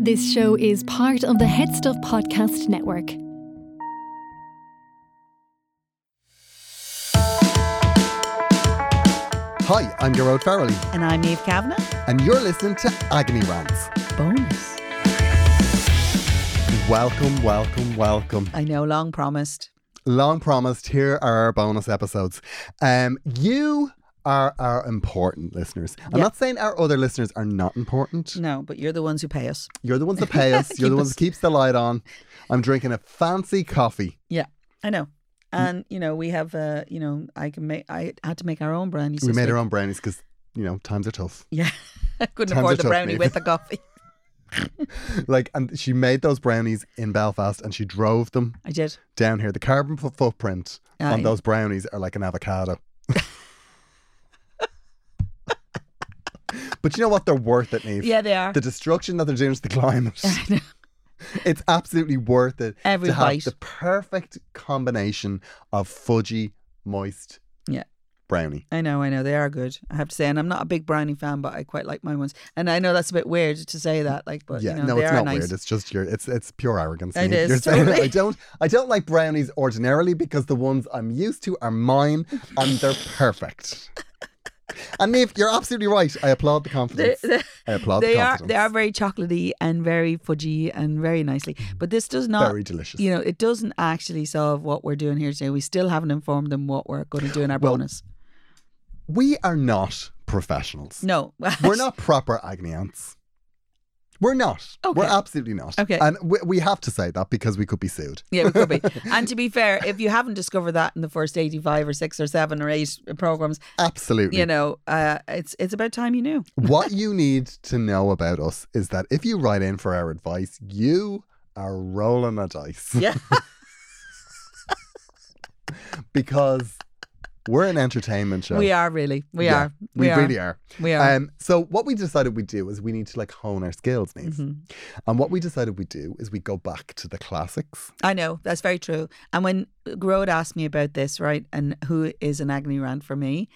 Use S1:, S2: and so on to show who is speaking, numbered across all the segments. S1: This show is part of the Head Stuff Podcast Network.
S2: Hi, I'm Gerard Farrelly,
S3: And I'm Eve Kavanagh.
S2: and you're listening to Agony Rants.
S3: Bonus.
S2: Welcome, welcome, welcome.
S3: I know, long promised.
S2: Long promised, here are our bonus episodes. Um, you are our important listeners. I'm
S3: Yeah.
S2: not saying our other listeners are not important.
S3: No, but you're the ones who pay us.
S2: You're the ones that pay us, you're the
S3: Keep
S2: ones
S3: us-
S2: that keeps the light on. I'm drinking a fancy coffee.
S3: Yeah, I know. And you know, we have. Uh, you know, I can make. I had to make our own brandy.
S2: we made our own brownies because, you know, times are tough.
S3: Yeah, I couldn't
S2: Times are
S3: afford the
S2: tough,
S3: brownie
S2: Maeve.
S3: with the coffee.
S2: Like, and she made those brownies in Belfast and she drove them
S3: I did.
S2: down here. The carbon f- footprint on
S3: Aye.
S2: those brownies are like an avocado. but you know what? They're worth it, Neve.
S3: Yeah, they are.
S2: The destruction that they're doing to the climate,
S3: I know.
S2: it's absolutely worth it
S3: Every
S2: to have
S3: bite.
S2: the perfect combination of fudgy, moist
S3: Yeah.
S2: brownie.
S3: I know, I know, they are good. I have to say, and I'm not a big brownie fan, but I quite like my ones. And I know that's a bit weird to say that, like, but
S2: yeah,
S3: you know,
S2: no,
S3: they
S2: it's
S3: are
S2: not
S3: nice.
S2: weird. It's just your, it's it's pure arrogance.
S3: It
S2: Neve.
S3: is,
S2: You're saying,
S3: totally.
S2: I don't, I don't like brownies ordinarily because the ones I'm used to are mine and they're perfect. and Neve, you're absolutely right. I applaud the confidence.
S3: They-
S2: I applaud
S3: they
S2: the
S3: are
S2: confidence.
S3: they are very chocolatey and very fudgy and very nicely. But this does not
S2: very delicious.
S3: you know, it doesn't actually solve what we're doing here today. We still haven't informed them what we're going to do in our
S2: Well,
S3: bonus.
S2: we are not professionals.
S3: No,
S2: We're not proper agony ants. We're not. We're
S3: Okay.
S2: absolutely not.
S3: Okay.
S2: And we, we have to say that because we could be sued.
S3: yeah, we could be. And to be fair, if you haven't discovered that in the first eighty-five or six or seven or eight programs,
S2: Absolutely.
S3: you know, uh, it's it's about time you knew.
S2: what you need to know about us is that if you write in for our advice, you are rolling a dice
S3: Yeah,
S2: because we're an entertainment show.
S3: we are really, we
S2: Yeah,
S3: are,
S2: We,
S3: we, are,
S2: really are.
S3: we are.
S2: Um, so what we decided we do is we need to like hone our skills, Neve.
S3: Mhm.
S2: And what we decided we do is we go back to the classics.
S3: I know that's very true. And when Grode asked me about this, right, and who is an agony rant for me,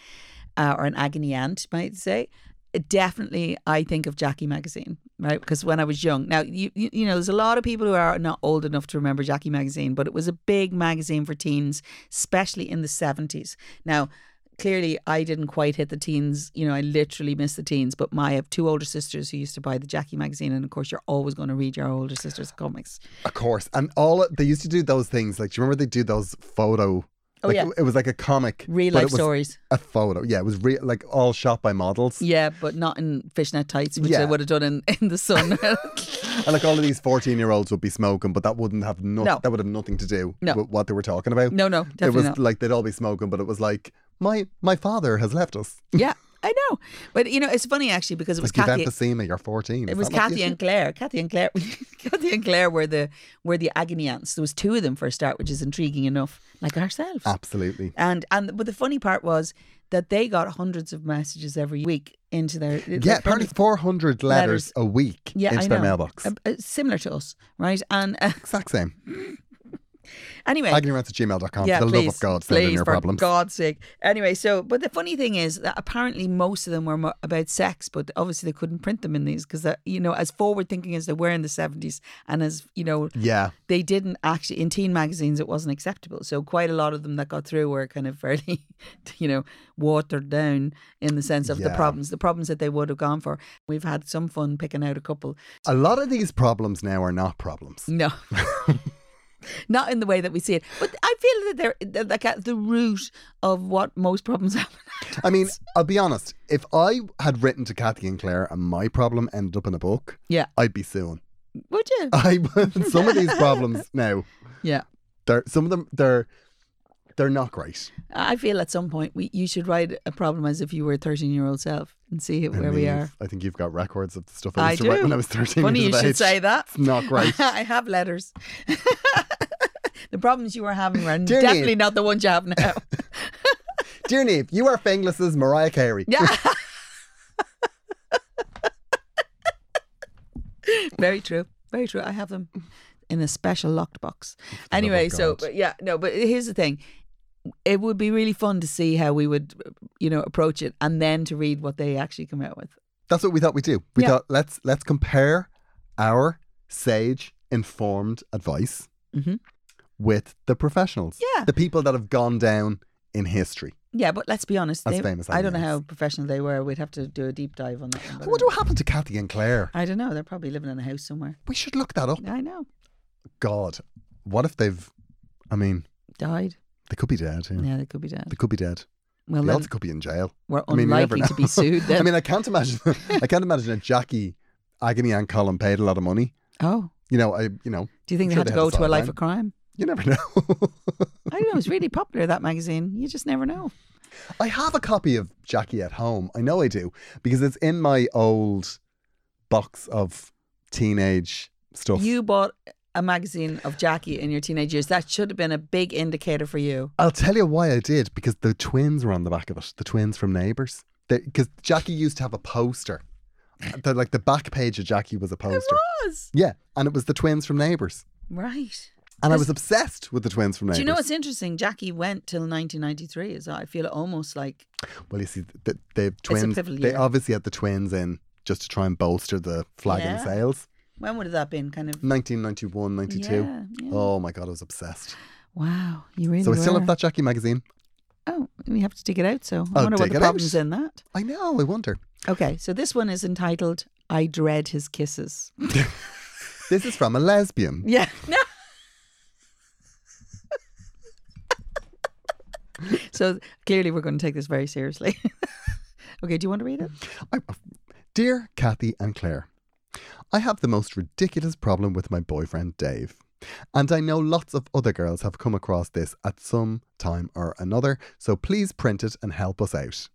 S3: uh, or an agony aunt, might say, definitely I think of Jackie magazine, right? Because when I was young, now you, you you know, there's a lot of people who are not old enough to remember Jackie magazine, but it was a big magazine for teens, especially in the 70s. Now. Clearly, I didn't quite hit the teens. You know, I literally missed the teens. But my I have two older sisters who used to buy the Jackie magazine, and of course, you're always going to read your older sister's comics.
S2: Of course. And all they used to do those things. Like, do you remember they do those photo?
S3: Oh,
S2: like,
S3: yeah.
S2: It, it was like a comic.
S3: Real
S2: but
S3: life
S2: it was
S3: stories.
S2: A photo. Yeah. It was real, like all shot by models.
S3: Yeah, but not in fishnet tights, which
S2: Yeah.
S3: they would have done in, in the sun.
S2: And like all of these 14 year olds would be smoking, but that wouldn't have no,
S3: No.
S2: that would have nothing to do
S3: No.
S2: with what they were talking about.
S3: no, no,
S2: it
S3: definitely
S2: was
S3: not.
S2: like they'd all be smoking, but it was like, my my father has left us.
S3: yeah, I know. But you know, it's funny actually because it was
S2: Like, you've
S3: Kathy.
S2: emphysema, you're 14.
S3: It
S2: Is
S3: was
S2: that not the
S3: Kathy
S2: issue?
S3: and Claire. Kathy and Claire. Kathy and Claire were the were the agony ants. There was two of them for a start, which is intriguing enough, like ourselves.
S2: Ah. Absolutely.
S3: And and but the funny part was that they got hundreds of messages every week into their
S2: Yeah, apparently 400 letters,
S3: letters.
S2: a week
S3: yeah
S2: into
S3: I
S2: their
S3: know.
S2: mailbox.
S3: Uh, uh, similar to us, right? And uh,
S2: exact same.
S3: anyway,
S2: Agnorants at gmail.com. for the love of God, send in
S3: please,
S2: your
S3: for
S2: problems.
S3: God's sake. Anyway, so but the funny thing is that apparently most of them were mo- about sex, but obviously they couldn't print them in these because you know as forward thinking as they were in the seventies, and as you know
S2: Yeah.
S3: they didn't actually in teen magazines it wasn't acceptable. So quite a lot of them that got through were kind of fairly, you know, watered down in the sense of the
S2: Yeah.
S3: problems, the problems that they would have gone for. We've had some fun picking out a couple.
S2: A lot of these problems now are not problems.
S3: No. Not in the way that we see it, but I feel that they're, they're like at the root of what most problems happen.
S2: I mean, I'll be honest. If I had written to Kathy and Claire and my problem ended up in a book,
S3: Yeah, Uh,
S2: I'd be suing.
S3: would you?
S2: I would- some of these problems now,
S3: Yeah,
S2: they're some of them they're they're not great.
S3: I feel at some point we you should write a problem as if you were a thirteen-year-old self and see
S2: And
S3: where we
S2: Niamh,
S3: are.
S2: I think you've got records of the stuff I
S3: I
S2: used to write when
S3: do.
S2: I was thirteen.
S3: Funny
S2: years
S3: you
S2: of
S3: should
S2: age.
S3: say that.
S2: It's not great.
S3: I have letters. the problems you were having were
S2: Dear me.
S3: definitely not the ones you have now.
S2: Dear Neve, you are Fengless's Mariah Carey.
S3: Yeah. Very true. Very true. I have them in a special locked box.
S2: love
S3: Anyway,
S2: of
S3: so
S2: Oh, God.
S3: but yeah, no, but here's the thing. It would be really fun to see how we would, you know, approach it and then to read what they actually come out with.
S2: That's what we thought we'd do. We
S3: Yeah.
S2: thought let's let's compare our sage informed advice
S3: Mhm.
S2: with the professionals.
S3: Yeah.
S2: The people that have gone down in history.
S3: Yeah, but let's be honest.
S2: That's
S3: they-
S2: famous,
S3: I don't know
S2: isn't it?
S3: how professional they were. We'd have to do a deep dive on that. One,
S2: I
S3: but uh,
S2: wonder what happened to Kathy and Claire.
S3: I don't know. They're probably living in a house somewhere.
S2: We should look that up.
S3: I know.
S2: God, what if they've? I mean,
S3: Died.
S2: they could be dead. Yeah.
S3: Yeah, they could be dead.
S2: They could be dead.
S3: Well,
S2: they
S3: then
S2: also could be in jail.
S3: we're
S2: I mean, you never
S3: unlikely to
S2: know.
S3: be sued. Then.
S2: I mean, I can't imagine. I can't imagine that Jackie Agony and Colin paid a lot of money.
S3: oh,
S2: You know, I. You know,
S3: do you think
S2: sure
S3: they had
S2: they
S3: to
S2: had
S3: go
S2: a
S3: to a life
S2: sideline.
S3: of crime?
S2: you never know.
S3: I don't know. It's really popular that magazine. You just never know.
S2: I have a copy of Jackie at home. I know I do because it's in my old box of teenage stuff.
S3: You bought a magazine of Jackie in your teenage years. That should have been a big indicator for you.
S2: I'll tell you why I did because the twins were on the back of it. The twins from Neighbours. Because Jackie used to have a poster. The, like the back page of Jackie was a poster.
S3: Was
S2: Yeah, and it was the twins from Neighbours,
S3: right.
S2: and I was obsessed with the twins from Neighbours.
S3: Do you know what's interesting? Jackie went till 1993. Is I feel almost like
S2: Well, you see, the, the twins.
S3: pivotal
S2: They
S3: year.
S2: obviously had the twins in just to try and bolster the flagging
S3: Yeah.
S2: sales.
S3: when would have that been? Kind of
S2: Mm. 1991, 92.
S3: Yeah, yeah.
S2: Oh my god, I was obsessed.
S3: Wow, you really.
S2: so I still
S3: were.
S2: have that Jackie magazine.
S3: Oh, we have to dig it out. So I
S2: I'll
S3: wonder what
S2: Oh, dig
S3: the
S2: it out.
S3: problem's in that.
S2: I know. I wonder.
S3: Okay, so this one is entitled "I Dread His Kisses."
S2: This is from a lesbian.
S3: Yeah. No. so clearly, we're going to take this very seriously. okay, do you want to read it?
S2: I, uh, dear Kathy and Claire, I have the most ridiculous problem with my boyfriend Dave. And I know lots of other girls have come across this at some time or another, so please print it and help us out.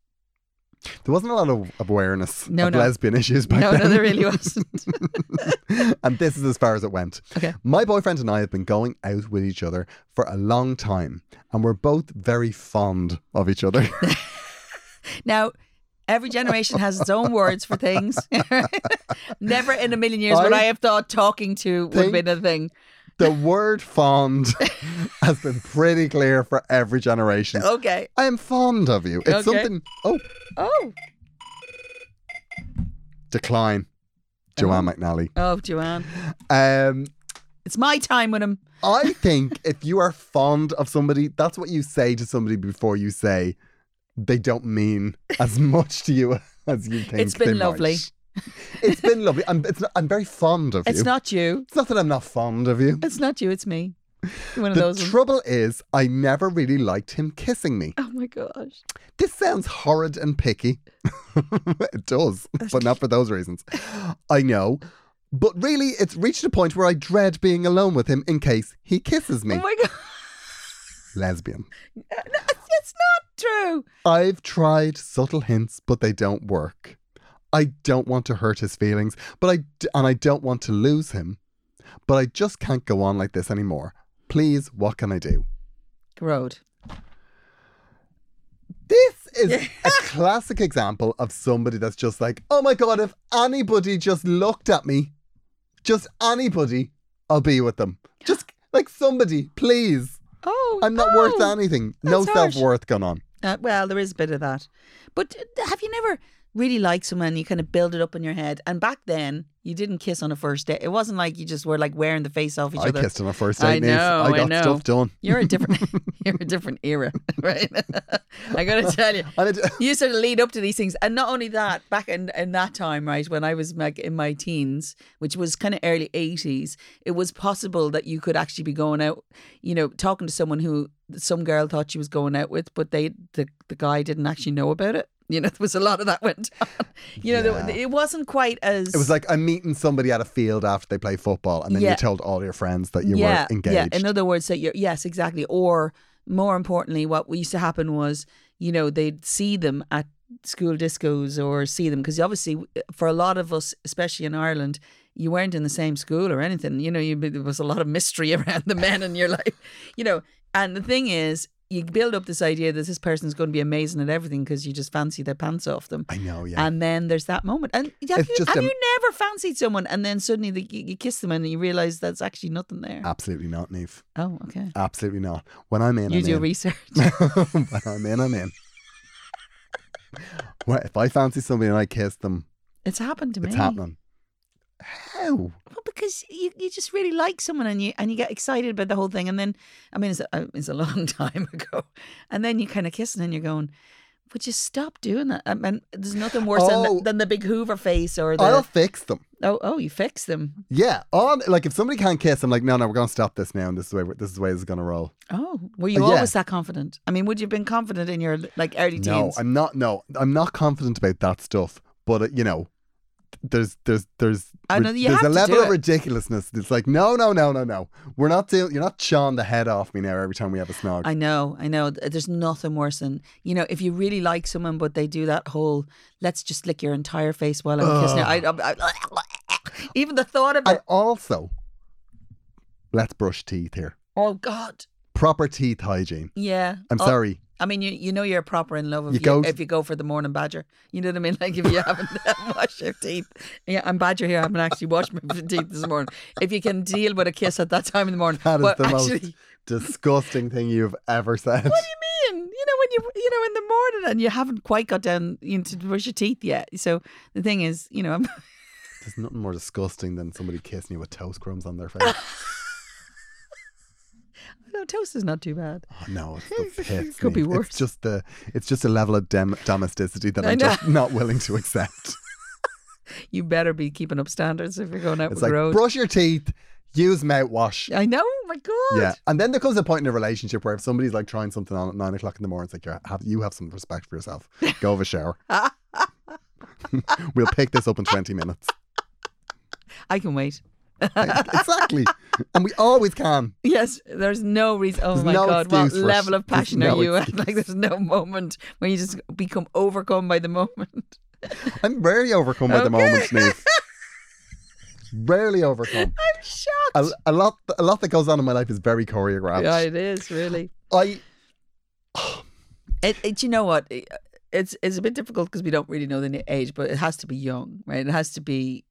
S2: There wasn't a lot of awareness
S3: No,
S2: of
S3: no.
S2: lesbian issues back
S3: No,
S2: then.
S3: no, there really wasn't.
S2: and this is as far as it went.
S3: Okay.
S2: My boyfriend and I have been going out with each other for a long time, and we're both very fond of each other.
S3: Now, every generation has its own words for things. Never in a million years would
S2: I
S3: I have thought talking to would have been a thing.
S2: the word fond has been pretty clear for every generation.
S3: Okay.
S2: I am fond of you. It's
S3: Okay.
S2: something. Oh,
S3: Oh.
S2: decline. Joanne McNally.
S3: Oh, Joanne.
S2: Um,
S3: It's my time when I'm.
S2: I think if you are fond of somebody, that's what you say to somebody before you say they don't mean as much to you as you think.
S3: It's been
S2: they might.
S3: lovely.
S2: It's been lovely. I'm, it's not, I'm very fond of
S3: It's
S2: you.
S3: not you.
S2: it's not that I'm not fond of you.
S3: It's not you. It's me. One of
S2: The
S3: those. ones.
S2: trouble is, I never really liked him kissing me.
S3: oh my gosh.
S2: This sounds horrid and picky. it does, but not for those reasons. I know. But really, it's reached a point where I dread being alone with him in case he kisses
S3: Oh
S2: me.
S3: my god.
S2: Lesbian.
S3: No, it's it's not true.
S2: I've tried subtle hints, but they don't work. I don't want to hurt his feelings, but I d- and I don't want to lose him, but I just can't go on like this anymore. Please, what can I do?
S3: Road.
S2: This is a classic example of somebody that's just like, oh my god, if anybody just looked at me, just anybody, I'll be with them. Just like somebody, please.
S3: Oh,
S2: I'm not
S3: oh.
S2: worth anything. No
S3: that's harsh.
S2: self worth going on.
S3: Uh, well, there is a bit of that. But uh, have you never really liked someone and you kind of build it up in your head? And back then, you didn't kiss on a first date. It wasn't like you just were like wearing the face off each
S2: I
S3: other.
S2: kissed on our first
S3: I
S2: date, Niamh.
S3: know, I
S2: I got
S3: know.
S2: stuff done.
S3: You're a different, you're a different era, right? I gotta tell you.
S2: And it,
S3: You sort of lead up to these things, and not only that. Back in, in that time, right, when I was like in my teens, which was kind of early eighties, it was possible that you could actually be going out, you know, talking to someone who some girl thought she was going out with, but they the the guy didn't actually know about it. You know, there was a lot of that went on. You know, there,
S2: Yeah.
S3: it wasn't quite as
S2: It was like I'm meeting somebody at a field after they play football, and then
S3: Yeah.
S2: you told all your friends that you
S3: yeah,
S2: were engaged.
S3: Yeah, in other words, that you're yes, exactly. Or more importantly, what used to happen was, you know, they'd see them at school discos or see them because obviously, for a lot of us, especially in Ireland, you weren't in the same school or anything. You know, you, there was a lot of mystery around the men in your life. You know, and the thing is. You build up this idea that this person's going to be amazing at everything because you just fancy their pants off them.
S2: I know, yeah.
S3: And then there's that moment. And have,
S2: It's
S3: you,
S2: just
S3: have
S2: a-
S3: you never fancied someone and then suddenly the, you, you kiss them and you realize that's actually nothing there?
S2: Absolutely not, Neve.
S3: Oh, okay.
S2: Absolutely not. When I'm in,
S3: You
S2: I'm
S3: do
S2: in.
S3: research.
S2: when I'm in, I'm in. well, if I fancy somebody and I kiss them,
S3: It's happened to me.
S2: it's happening. How?
S3: Well, because you, you just really like someone and you and you get excited about the whole thing, and then I mean it's a, uh, it's a long time ago, and then you kind of kiss and you're going, would you stop doing that? I mean, there's nothing worse
S2: Oh.
S3: than, than the big Hoover face or the
S2: I'll fix them.
S3: oh oh you fix them
S2: Yeah, on like if somebody can't kiss, I'm like, no, no, we're gonna stop this now, and this is the way this is the way this is gonna roll.
S3: oh were you
S2: Uh, yeah.
S3: always that confident? I mean, would you have been confident in your like early
S2: No,
S3: teens?
S2: I'm not. No, I'm not confident about that stuff. But uh, you know, there's there's there's
S3: I know,
S2: rid-
S3: you
S2: there's
S3: have
S2: a
S3: to
S2: level
S3: do
S2: of
S3: it.
S2: ridiculousness. It's like no, no, no, no, no. We're not doing. You're not chawing the head off me now every time we have a snog.
S3: I know, I know. Th- There's nothing worse than you know if you really like someone, but they do that whole "let's just lick your entire face while I'm kissing you." I, I, I, even the thought of
S2: and
S3: it.
S2: also, let's brush teeth here.
S3: Oh God,
S2: Proper teeth hygiene.
S3: yeah.
S2: I'm
S3: Oh,
S2: sorry.
S3: I mean, you you know you're proper in love if
S2: You
S3: you,
S2: go-
S3: if you go for the morning badger. You know what I mean? Like if you haven't washed your teeth. Yeah, I'm badger here. I haven't actually washed my teeth this morning. If you can deal with a kiss at that time in the morning,
S2: That is
S3: but
S2: the
S3: actually,
S2: most disgusting thing you've ever said.
S3: mean? You know, when you you know in the morning and you haven't quite got down you know, to brush your teeth yet. So the thing is, you know, I'm,
S2: There's nothing more disgusting than somebody kissing you with toast crumbs on their face.
S3: no toast is not too bad.
S2: Oh, no, it's the pits.
S3: Could be worse.
S2: It's just the it's just a level of dem- domesticity that
S3: I
S2: I'm
S3: know.
S2: just not willing to accept.
S3: You better be keeping up standards if you're going out
S2: It's
S3: with
S2: like
S3: road.
S2: brush your teeth, use mouthwash.
S3: I know, oh my God.
S2: Yeah, and then there comes a point in a relationship where if somebody's like trying something on at nine o'clock in the morning, it's like you have you have some respect for yourself. Go have a shower. we'll pick this up in twenty minutes.
S3: I can wait.
S2: exactly, and we always can.
S3: Yes, there's no reason. Oh
S2: There's
S3: my
S2: no
S3: God, what
S2: excuse for it.
S3: level of
S2: There's
S3: passion
S2: no
S3: are you at?
S2: excuse.
S3: Like, there's no moment where you just become overcome by the moment.
S2: I'm rarely overcome by the
S3: Okay.
S2: moment, Neve. Rarely overcome.
S3: I'm shocked.
S2: A, a lot, a lot that goes on in my life is very choreographed.
S3: yeah, it is really.
S2: I
S3: It, it, you know what? It- It's it's a bit difficult because we don't really know the n- age, but it has to be young, right? It has to be.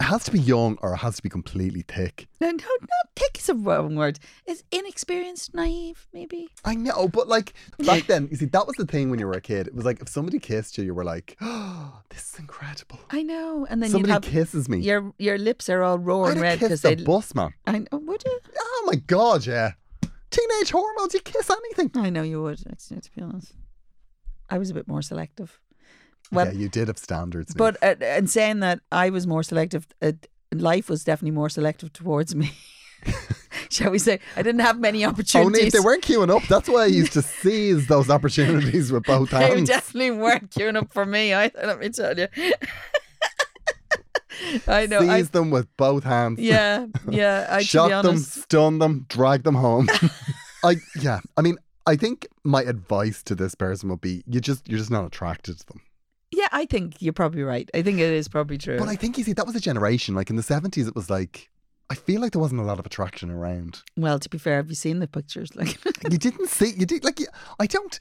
S2: it has to be young or it has to be completely thick.
S3: No, no, no. Thick is a wrong word. It's inexperienced, naive, maybe.
S2: I know, but like back then, you see, that was the thing when you were a kid. It was like if somebody kissed you, you were like, "Oh, this is incredible."
S3: I know. And then you
S2: somebody
S3: have
S2: kisses me.
S3: your your lips are all
S2: I'd
S3: roaring
S2: have
S3: red because
S2: kissed a
S3: they.
S2: bus man.
S3: I know. Would you?
S2: Oh my god, yeah. Teenage hormones, you kiss anything.
S3: I know you would. Actually, to be honest, I was a bit more selective. Well,
S2: yeah, you did have standards. But
S3: But uh, in saying that, I was more selective. Uh, life was definitely more selective towards me. Shall we say? I didn't have many opportunities.
S2: only if they weren't queuing up. That's why I used to seize those opportunities with both
S3: They
S2: hands.
S3: definitely weren't queuing up for me either, let me tell you. I know. I,
S2: Seize them with both hands.
S3: yeah, yeah. I, to be
S2: shot them,
S3: honest,
S2: stun them, drag them home. I yeah. I mean, I think my advice to this person would be you just you're just not attracted to them.
S3: yeah, I think you're probably right. I think it is probably true.
S2: But I think you see that was a generation like in the seventies. It was like I feel like there wasn't a lot of attraction around.
S3: well, to be fair, have you seen the pictures? Like,
S2: You didn't see you did like you, I don't.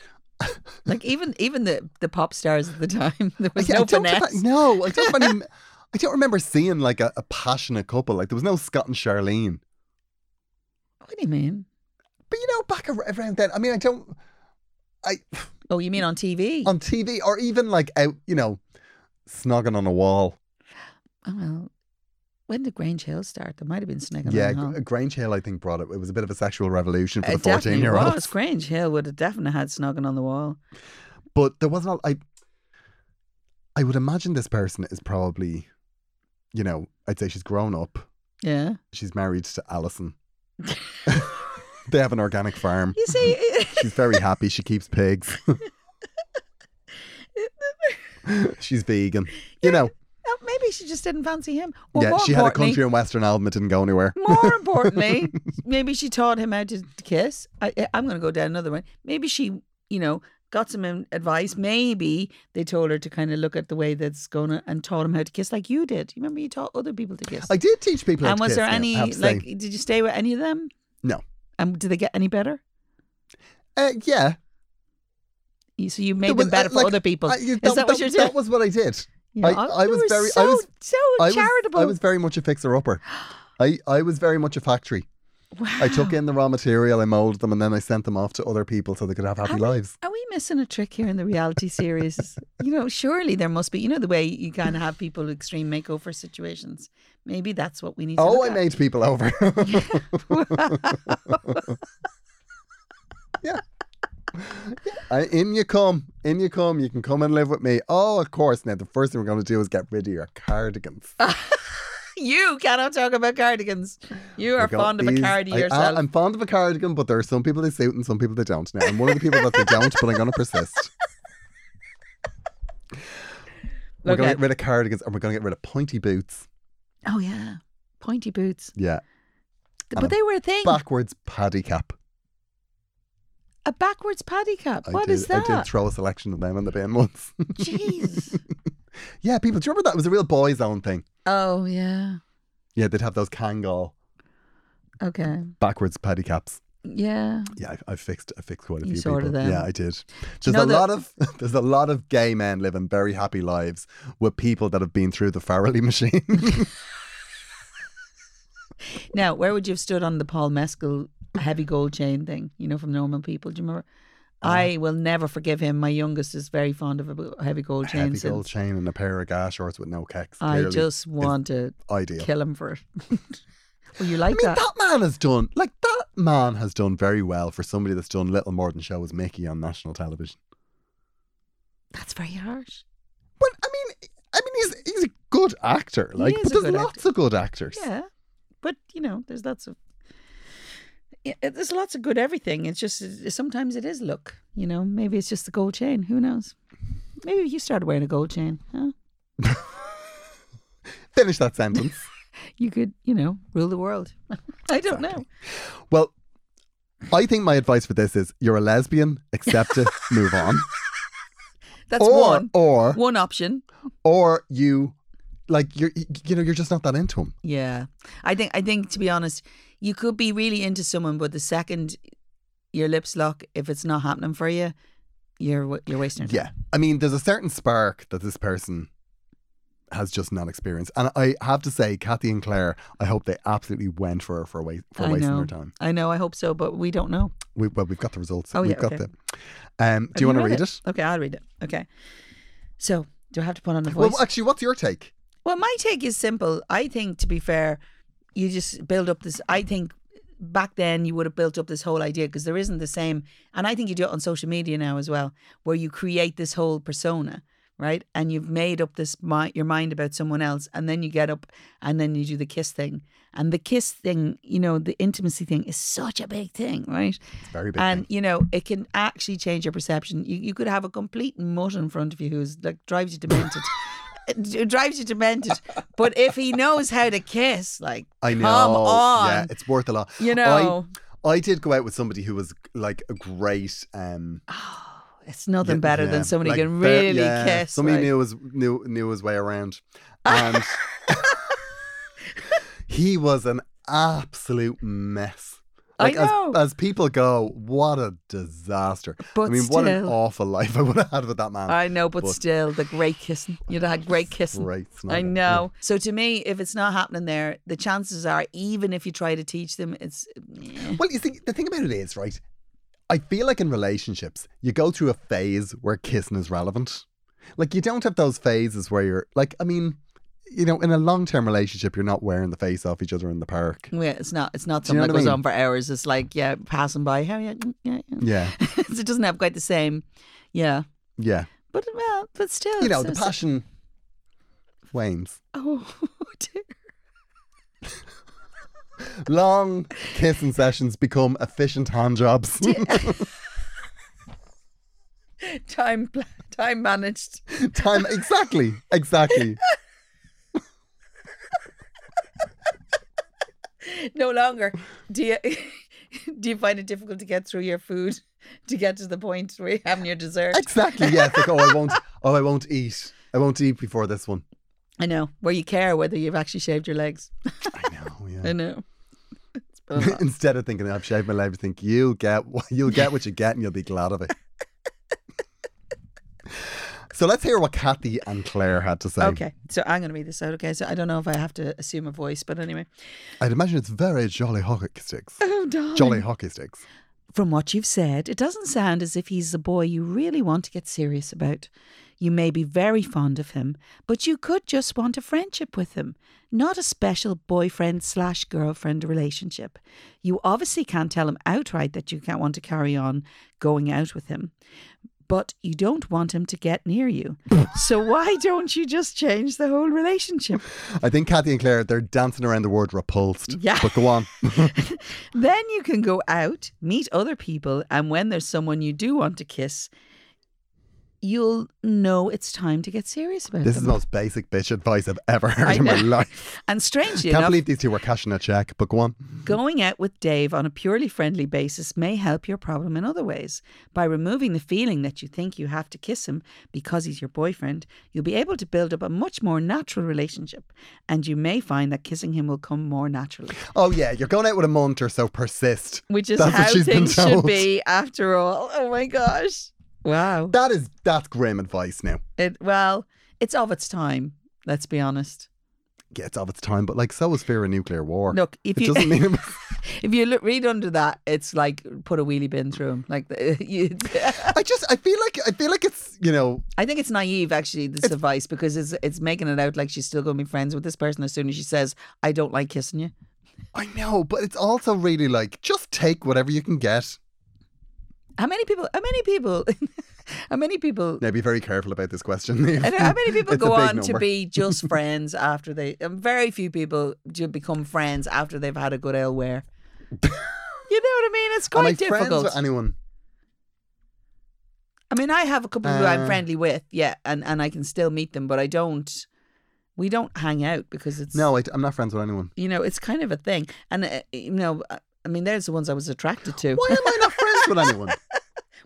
S3: like even even the the pop stars at the time, there was
S2: I,
S3: no
S2: I don't
S3: finesse.
S2: remem- no, I don't. Remember, I don't remember seeing like a, a passionate couple. Like there was no Scott and Charlene.
S3: What do you mean?
S2: But you know, back ar- around then, I mean, I don't. I
S3: Oh, you mean on TV?
S2: on TV or even like out, you know, snogging on a wall.
S3: Oh, well, when did Grange Hill start? There might have been snagging
S2: Yeah,
S3: on Hall.
S2: Gr- Grange Hill, I think, brought it. It was a bit of a sexual revolution for
S3: It
S2: the 14
S3: definitely
S2: year
S3: was.
S2: olds.
S3: Grange Hill would have definitely had snogging on the wall.
S2: But there wasn't, a- I, I would imagine this person is probably, you know, I'd say she's grown up.
S3: Yeah.
S2: She's married to Alison. they have an organic farm.
S3: You see,
S2: She's very happy. She keeps pigs. she's vegan. You know,
S3: Oh, maybe she just didn't fancy him. Or
S2: yeah,
S3: more
S2: she had a
S3: importantly,
S2: country and western album. It didn't go anywhere.
S3: More importantly, maybe she taught him how to kiss. I, I- I'm going to go down another one. Maybe she, you know, got some in- advice. Maybe they told her to kind of look at the way that's going to, and taught him how to kiss, like you did. You remember you taught other people to kiss.
S2: I did teach people. how
S3: and
S2: to
S3: was
S2: kiss
S3: there
S2: now, I
S3: any
S2: have to say.
S3: like? Did you stay with any of them?
S2: No.
S3: And did they get any better?
S2: Uh, yeah,
S3: You- So you made
S2: There was,
S3: them
S2: uh,
S3: better for
S2: like,
S3: other people.
S2: I-
S3: Is
S2: you-
S3: that, what you're doing?
S2: That was what I did.
S3: You
S2: I-
S3: know,
S2: I
S3: you
S2: was
S3: were
S2: very- I
S3: so
S2: was-
S3: so
S2: I was,
S3: charitable.
S2: I was very much a fixer upper. I, I was very much a factory. I took in the raw material, I molded them, and then I sent them off to other people so they could have happy
S3: Are we-
S2: lives.
S3: Are we missing a trick here in the reality series? you know, surely there must be. You know the way you kind of have people with extreme makeover situations. Maybe that's what we need. to
S2: Oh,
S3: look
S2: I
S3: at.
S2: made people over. yeah. I, in you come, in you come. You can come and live with me. Oh, of course. Now the first thing we're going to do is get rid of your cardigans.
S3: You cannot talk about cardigans. You are
S2: We've got
S3: fond of a
S2: these-
S3: cardi
S2: I- I-
S3: yourself.
S2: I'm fond of a cardigan, but there are some people they suit and some people they don't. Now I'm one of the people that they don't, but I'm going to persist. We're going
S3: Okay.
S2: to get rid of cardigans and we're going to get rid of pointy boots.
S3: oh yeah, pointy boots.
S2: Yeah,
S3: But they were a thing.
S2: backwards paddy cap.
S3: a backwards paddy cap.
S2: I
S3: What
S2: did,
S3: is that?
S2: I did throw a selection of them in the bin once.
S3: Jeez.
S2: yeah, people, do you remember that It was a real boys' own thing?
S3: Oh yeah.
S2: Yeah, they'd have those Kangol
S3: Okay.
S2: backwards paddy caps.
S3: Yeah.
S2: Yeah, I, I fixed I fixed quite a
S3: You
S2: few
S3: sorted
S2: people.
S3: them.
S2: Yeah, I did. There's
S3: you know
S2: a
S3: that-
S2: lot of there's a lot of gay men living very happy lives with people that have been through the Farrelly machine.
S3: Now, where would you have stood on the Paul Mescal heavy gold chain thing? You know, from normal people. Do you remember?
S2: Uh-huh.
S3: I will never forgive him. My youngest is very fond of a bo- heavy gold chain.
S2: Heavy
S3: since
S2: gold chain and a pair of gas shorts with no kecks.
S3: I
S2: clearly
S3: just want to
S2: ideal.
S3: kill him for it. well, you
S2: I
S3: like
S2: mean, that.
S3: that?
S2: man has done like that man has done very well for somebody that's done little more than show as Mickey on national television.
S3: That's very harsh.
S2: But I mean, I mean, he's he's a good actor.
S3: He
S2: Like,
S3: is
S2: but
S3: a
S2: there's
S3: good
S2: lots of good actors.
S3: Yeah, but you know, there's lots of yeah, there's lots of good everything. It's just uh, sometimes it is look. You know, maybe it's just the gold chain. Who knows? Maybe if you started wearing a gold chain, huh?
S2: Finish that sentence.
S3: You could, you know, rule the world. I don't know.
S2: Well, I think my advice for this is you're a lesbian, accept it, move on.
S3: That's
S2: or
S3: one
S2: or
S3: one option.
S2: or you like you're you know, you're just not that into him.
S3: Yeah, I think I think to be honest, you could be really into someone, but the second your lips lock, if it's not happening for you, you're wa- you're wasting your time.
S2: Yeah. I mean, there's a certain spark that this person has just not experienced. And I have to say, Kathy and Claire, I hope they absolutely went for her for, wa- for
S3: I
S2: wasting
S3: know.
S2: her time.
S3: I know. I hope so, but we don't know.
S2: We, well, we've got the results.
S3: Oh, yeah,
S2: we've got
S3: okay.
S2: them. Um, do you
S3: Have
S2: want to read it?
S3: Okay, I'll read it. Okay. So, do I have to put on a voice?
S2: Well,
S3: Well,
S2: actually, what's your take?
S3: my take is simple. I think, to be fair, you just build up this. I think back then you would have built up this whole idea because there isn't the same. And I think you do it on social media now as well, where you create this whole persona, right? And you've made up this mi- your mind about someone else, and then you get up and then you do the kiss thing. And the kiss thing, you know, the intimacy thing is such a big thing, right?
S2: It's a very big.
S3: and
S2: thing.
S3: you know it can actually change your perception you, you could have a complete mutt in front of you who's like drives you demented It drives you demented but if he knows how to kiss like
S2: I know.
S3: come on
S2: Yeah, it's worth a lot.
S3: you know
S2: I did go out with somebody who was like a great. Um,
S3: it's nothing better
S2: yeah,
S3: than somebody
S2: like,
S3: can
S2: very-
S3: really
S2: yeah,
S3: kiss
S2: Somebody
S3: like-
S2: knew his knew knew his way around, and he was an absolute mess.
S3: I
S2: Like
S3: know.
S2: As, as people go, what a disaster! I
S3: But
S2: mean, what an
S3: still.
S2: awful life I would have had with that man.
S3: I know, but,
S2: But-
S3: still, the great kissing. You'd have had great kissing.
S2: Great
S3: I
S2: snuggle.
S3: know. So to me, if it's not happening there, the chances are, even if you try to teach them, it's eh.
S2: Well, you see, the thing about it is, right? I feel like in relationships, you go through a phase where kissing is relevant. Like, you don't have those phases where you're, like, I mean, you know, in a long term relationship, you're not wearing the face off each other in the park.
S3: yeah, it's not. It's not
S2: Do you
S3: something
S2: know
S3: that
S2: what I
S3: goes
S2: mean?
S3: on for hours. It's like yeah, passing by. How yeah, yeah, yeah.
S2: Yeah,
S3: So it doesn't have quite the same. Yeah,
S2: yeah.
S3: but well, but still,
S2: You know,
S3: it's
S2: the
S3: so-
S2: passion wanes.
S3: Oh dear.
S2: Long kissing sessions become efficient hand jobs.
S3: time, pla- time managed.
S2: Time, exactly, exactly.
S3: No longer do you do you find it difficult to get through your food to get to the point where you're having your dessert.
S2: Exactly, yes. Like, oh, I won't, oh, I won't eat. I won't eat before this one.
S3: I know where you care whether you've actually shaved your legs.
S2: I know, yeah.
S3: I know. It's bad.
S2: Instead of thinking I've shaved my legs, think you'll get wh- you'll get what you get and you'll be glad of it. So let's hear what Kathy and Claire had to say.
S3: Okay, so I'm going to read this out. Okay, so I don't know if I have to assume a voice, but anyway.
S2: I'd imagine it's very jolly hockey sticks.
S3: Oh, darling.
S2: Jolly hockey sticks.
S3: From what you've said, it doesn't sound as if he's the boy you really want to get serious about. You may be very fond of him, but you could just want a friendship with him, not a special boyfriend slash girlfriend relationship. You obviously can't tell him outright that you can't want to carry on going out with him, but you don't want him to get near you. so why don't you just change the whole relationship?
S2: I think Kathy and Claire, they're dancing around the word repulsed.
S3: Yeah.
S2: But go on.
S3: Then you can go out, meet other people, and when there's someone you do want to kiss, you'll know it's time to get serious about
S2: this is
S3: them.
S2: the most basic bitch advice I've ever heard
S3: I
S2: in my
S3: know.
S2: life.
S3: and strangely
S2: Can't
S3: enough,
S2: believe these two were cashing a check, but go on.
S3: going out with Dave on a purely friendly basis may help your problem in other ways. By removing the feeling that you think you have to kiss him because he's your boyfriend, you'll be able to build up a much more natural relationship, and you may find that kissing him will come more naturally.
S2: Oh yeah, you're going out with a munter, so persist.
S3: Which is
S2: That's what
S3: how
S2: she's been
S3: things should
S2: told.
S3: be after all. Oh my gosh. Wow.
S2: That is that's grim advice now.
S3: It well, it's of its time. Let's be honest.
S2: Yeah, it's of its time, but like so was fear of nuclear war.
S3: Look, if
S2: it
S3: you
S2: doesn't mean it was-
S3: if you look, read under that, it's like put a wheelie bin through him. Like you,
S2: I just I feel like I feel like it's you know
S3: I think it's naive actually this advice because it's it's making it out like she's still going to be friends with this person as soon as she says I don't like kissing you.
S2: I know, but it's also really like just take whatever you can get.
S3: How many people? How many people? how many people?
S2: Now be very careful about this question. Niamh.
S3: And how many people
S2: It's a
S3: go
S2: big
S3: on to
S2: number.
S3: be just friends after they? and Very few people do become friends after they've had a good ale wear. you know what I mean? It's
S2: Am I
S3: quite
S2: friends
S3: difficult.
S2: with anyone?
S3: I mean, I have a couple who
S2: Uh,
S3: I'm friendly with, yeah, and, and I can still meet them, but I don't. We don't hang out because it's
S2: No, I, am not friends with anyone.
S3: you know, it's kind of a thing, and uh, you know, I- I mean, there's the ones I was attracted to.
S2: Why am I not friends with anyone?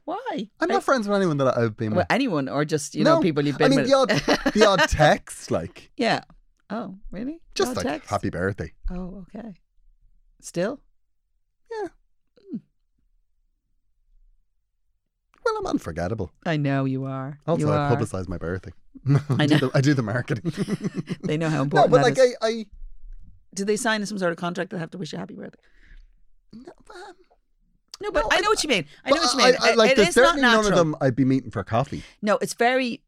S3: Why?
S2: I'm not friends with anyone that I've been
S3: well,
S2: with.
S3: anyone or just you
S2: No.
S3: know people you've
S2: I
S3: been
S2: mean,
S3: with.
S2: the odd, the odd text, like
S3: yeah. Oh, really?
S2: just
S3: Odd
S2: like
S3: text?
S2: happy birthday.
S3: Oh, okay. Still,
S2: Well, I'm unforgettable.
S3: I know you are.
S2: Also,
S3: you
S2: I
S3: are.
S2: publicise my birthday. I, do
S3: know.
S2: the, I do the marketing.
S3: They know how
S2: no,
S3: important
S2: but
S3: that
S2: like
S3: is.
S2: I, I
S3: Do they sign some sort of contract that have to wish you happy birthday?
S2: no, um,
S3: No, but
S2: No,
S3: I,
S2: I-
S3: know what you mean. I
S2: but
S3: know what you mean.
S2: I, I, like,
S3: it
S2: there's
S3: is not
S2: certainly
S3: natural.
S2: none of them I'd be meeting for coffee.
S3: No, it's very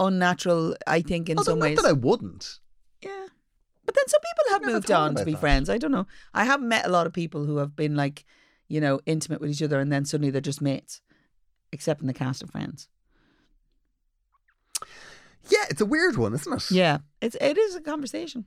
S3: unnatural. I think in
S2: Although
S3: some
S2: not
S3: ways.
S2: that I wouldn't.
S3: Yeah. But then some people have
S2: never
S3: moved
S2: thought
S3: on to
S2: about
S3: be
S2: that.
S3: friends. I don't know. I have met a lot of people who have been like, you know, intimate with each other and then suddenly they're just mates, except in the cast of Friends.
S2: Yeah, it's a weird one, isn't it?
S3: Yeah. It's it is a conversation.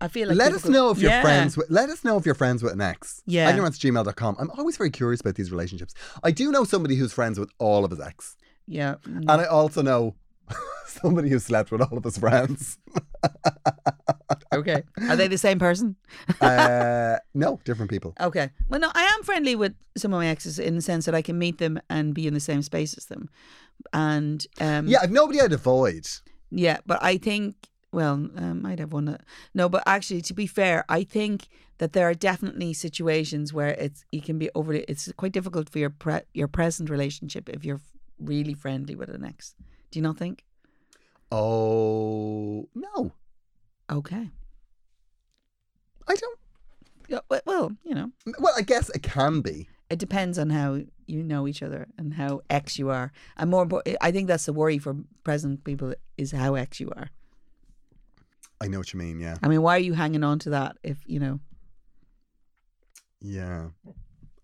S3: I feel like
S2: let
S3: people
S2: us
S3: could-
S2: know if you're
S3: Yeah.
S2: friends with let us know if you're friends with an ex.
S3: Yeah.
S2: Ignorance gmail.com. I'm always very curious about these relationships. I do know somebody who's friends with all of his ex.
S3: Yeah. Mm,
S2: And I also know somebody who slept with all of his friends.
S3: Okay. Are they the same person?
S2: uh, no, different people.
S3: Okay. Well, no, I am friendly with some of my exes in the sense that I can meet them and be in the same space as them. And um,
S2: Yeah, I've nobody I'd avoid.
S3: Yeah, but I think well, um, I'd have one. That, no, but actually, to be fair, I think that there are definitely situations where it's you can be overly. It's quite difficult for your pre, your present relationship if you're really friendly with an ex. Do you not think?
S2: Oh no,
S3: Okay.
S2: I don't.
S3: Yeah, we- Well, you know,
S2: Well, I guess it can be.
S3: it depends on how you know each other and how ex you are, and more. impor- I think that's the worry for present people is how ex you are.
S2: I know what you mean. Yeah,
S3: I mean, why are you hanging on to that if you know?
S2: yeah.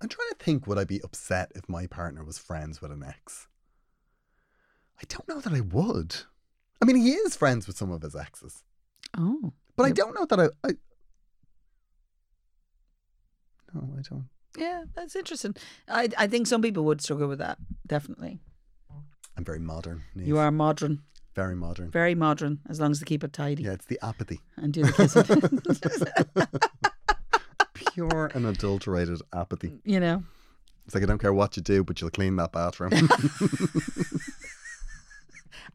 S2: I'm trying to think. Would I be upset if my partner was friends with an ex? I don't know that I would. I mean, he is friends with some of his exes,
S3: Oh,
S2: but I
S3: Yep.
S2: don't know that I. I... No, I don't.
S3: Yeah, that's interesting. I I think some people would struggle with that. Definitely,
S2: I'm very modern. Niamh.
S3: you are modern,
S2: very modern.
S3: very modern. As long as they keep it tidy
S2: Yeah, it's the apathy.
S3: and do the kissing,
S2: Pure and adulterated apathy.
S3: you know.
S2: It's like I don't care what you do, but you'll clean that bathroom.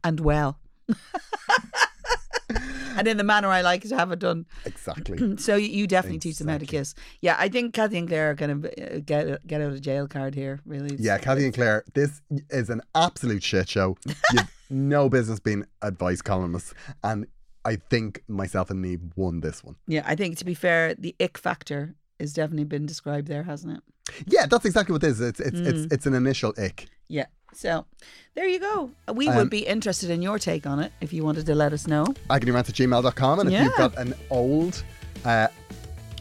S3: And well, and in the manner I like to have it done.
S2: Exactly.
S3: So you, you definitely teach them how to
S2: Exactly.
S3: kiss. Yeah, I think Kathy and Claire are going to uh, get get out of jail card here. Really. It's-
S2: Yeah, Kathy and Claire, this is an absolute shit show. You've no business being advice columnists. And I think myself and Neve won this one.
S3: Yeah, I think to be fair, the ick factor has definitely been described there, hasn't it?
S2: Yeah, that's exactly what it is. It's it's
S3: Mm.
S2: it's, it's an initial ick.
S3: Yeah. So there you go. We
S2: Um,
S3: would be interested in your take on it if you wanted to let us know.
S2: Agonyrant at gmail.com. And if you've
S3: Yeah.
S2: got an old uh,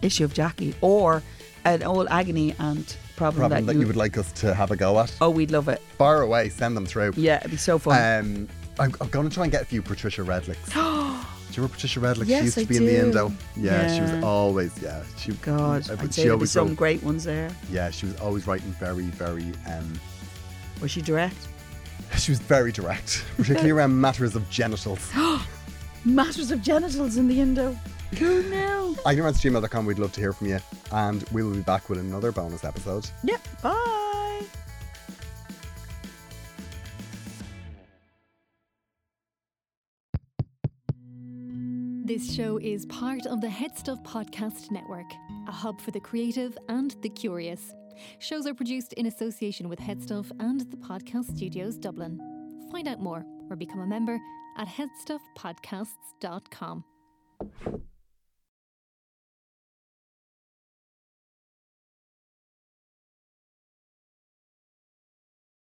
S3: Issue of Jackie or an old agony and problem,
S2: problem that you would like us to have a go at,
S3: Oh, we'd love it.
S2: fire away, send them through.
S3: Yeah, it'd be so fun.
S2: Um, I'm, I'm going to try and get a few Patricia Redlicks. Do you remember Patricia Redlick?
S3: Yes,
S2: she used to
S3: I
S2: be in the
S3: do.
S2: Indo. Yeah, she was
S3: Yeah.
S2: always, yeah. She,
S3: God,
S2: uh,
S3: I'd
S2: she
S3: say there'd be
S2: always
S3: some
S2: wrote,
S3: great ones there.
S2: yeah, she was always writing very, very um,
S3: Was she direct?
S2: She was very direct, particularly around matters of genitals.
S3: Matters of genitals in the Indo. Who knew?
S2: Ignorancegmail.com, we'd love to hear from you. And we will be back with another bonus episode.
S3: Yeah. Bye.
S1: This show is part of the Head Stuff Podcast Network, a hub for the creative and the curious. Shows are produced in association with Headstuff and the Podcast Studios Dublin. Find out more or become a member at headstuffpodcasts.com.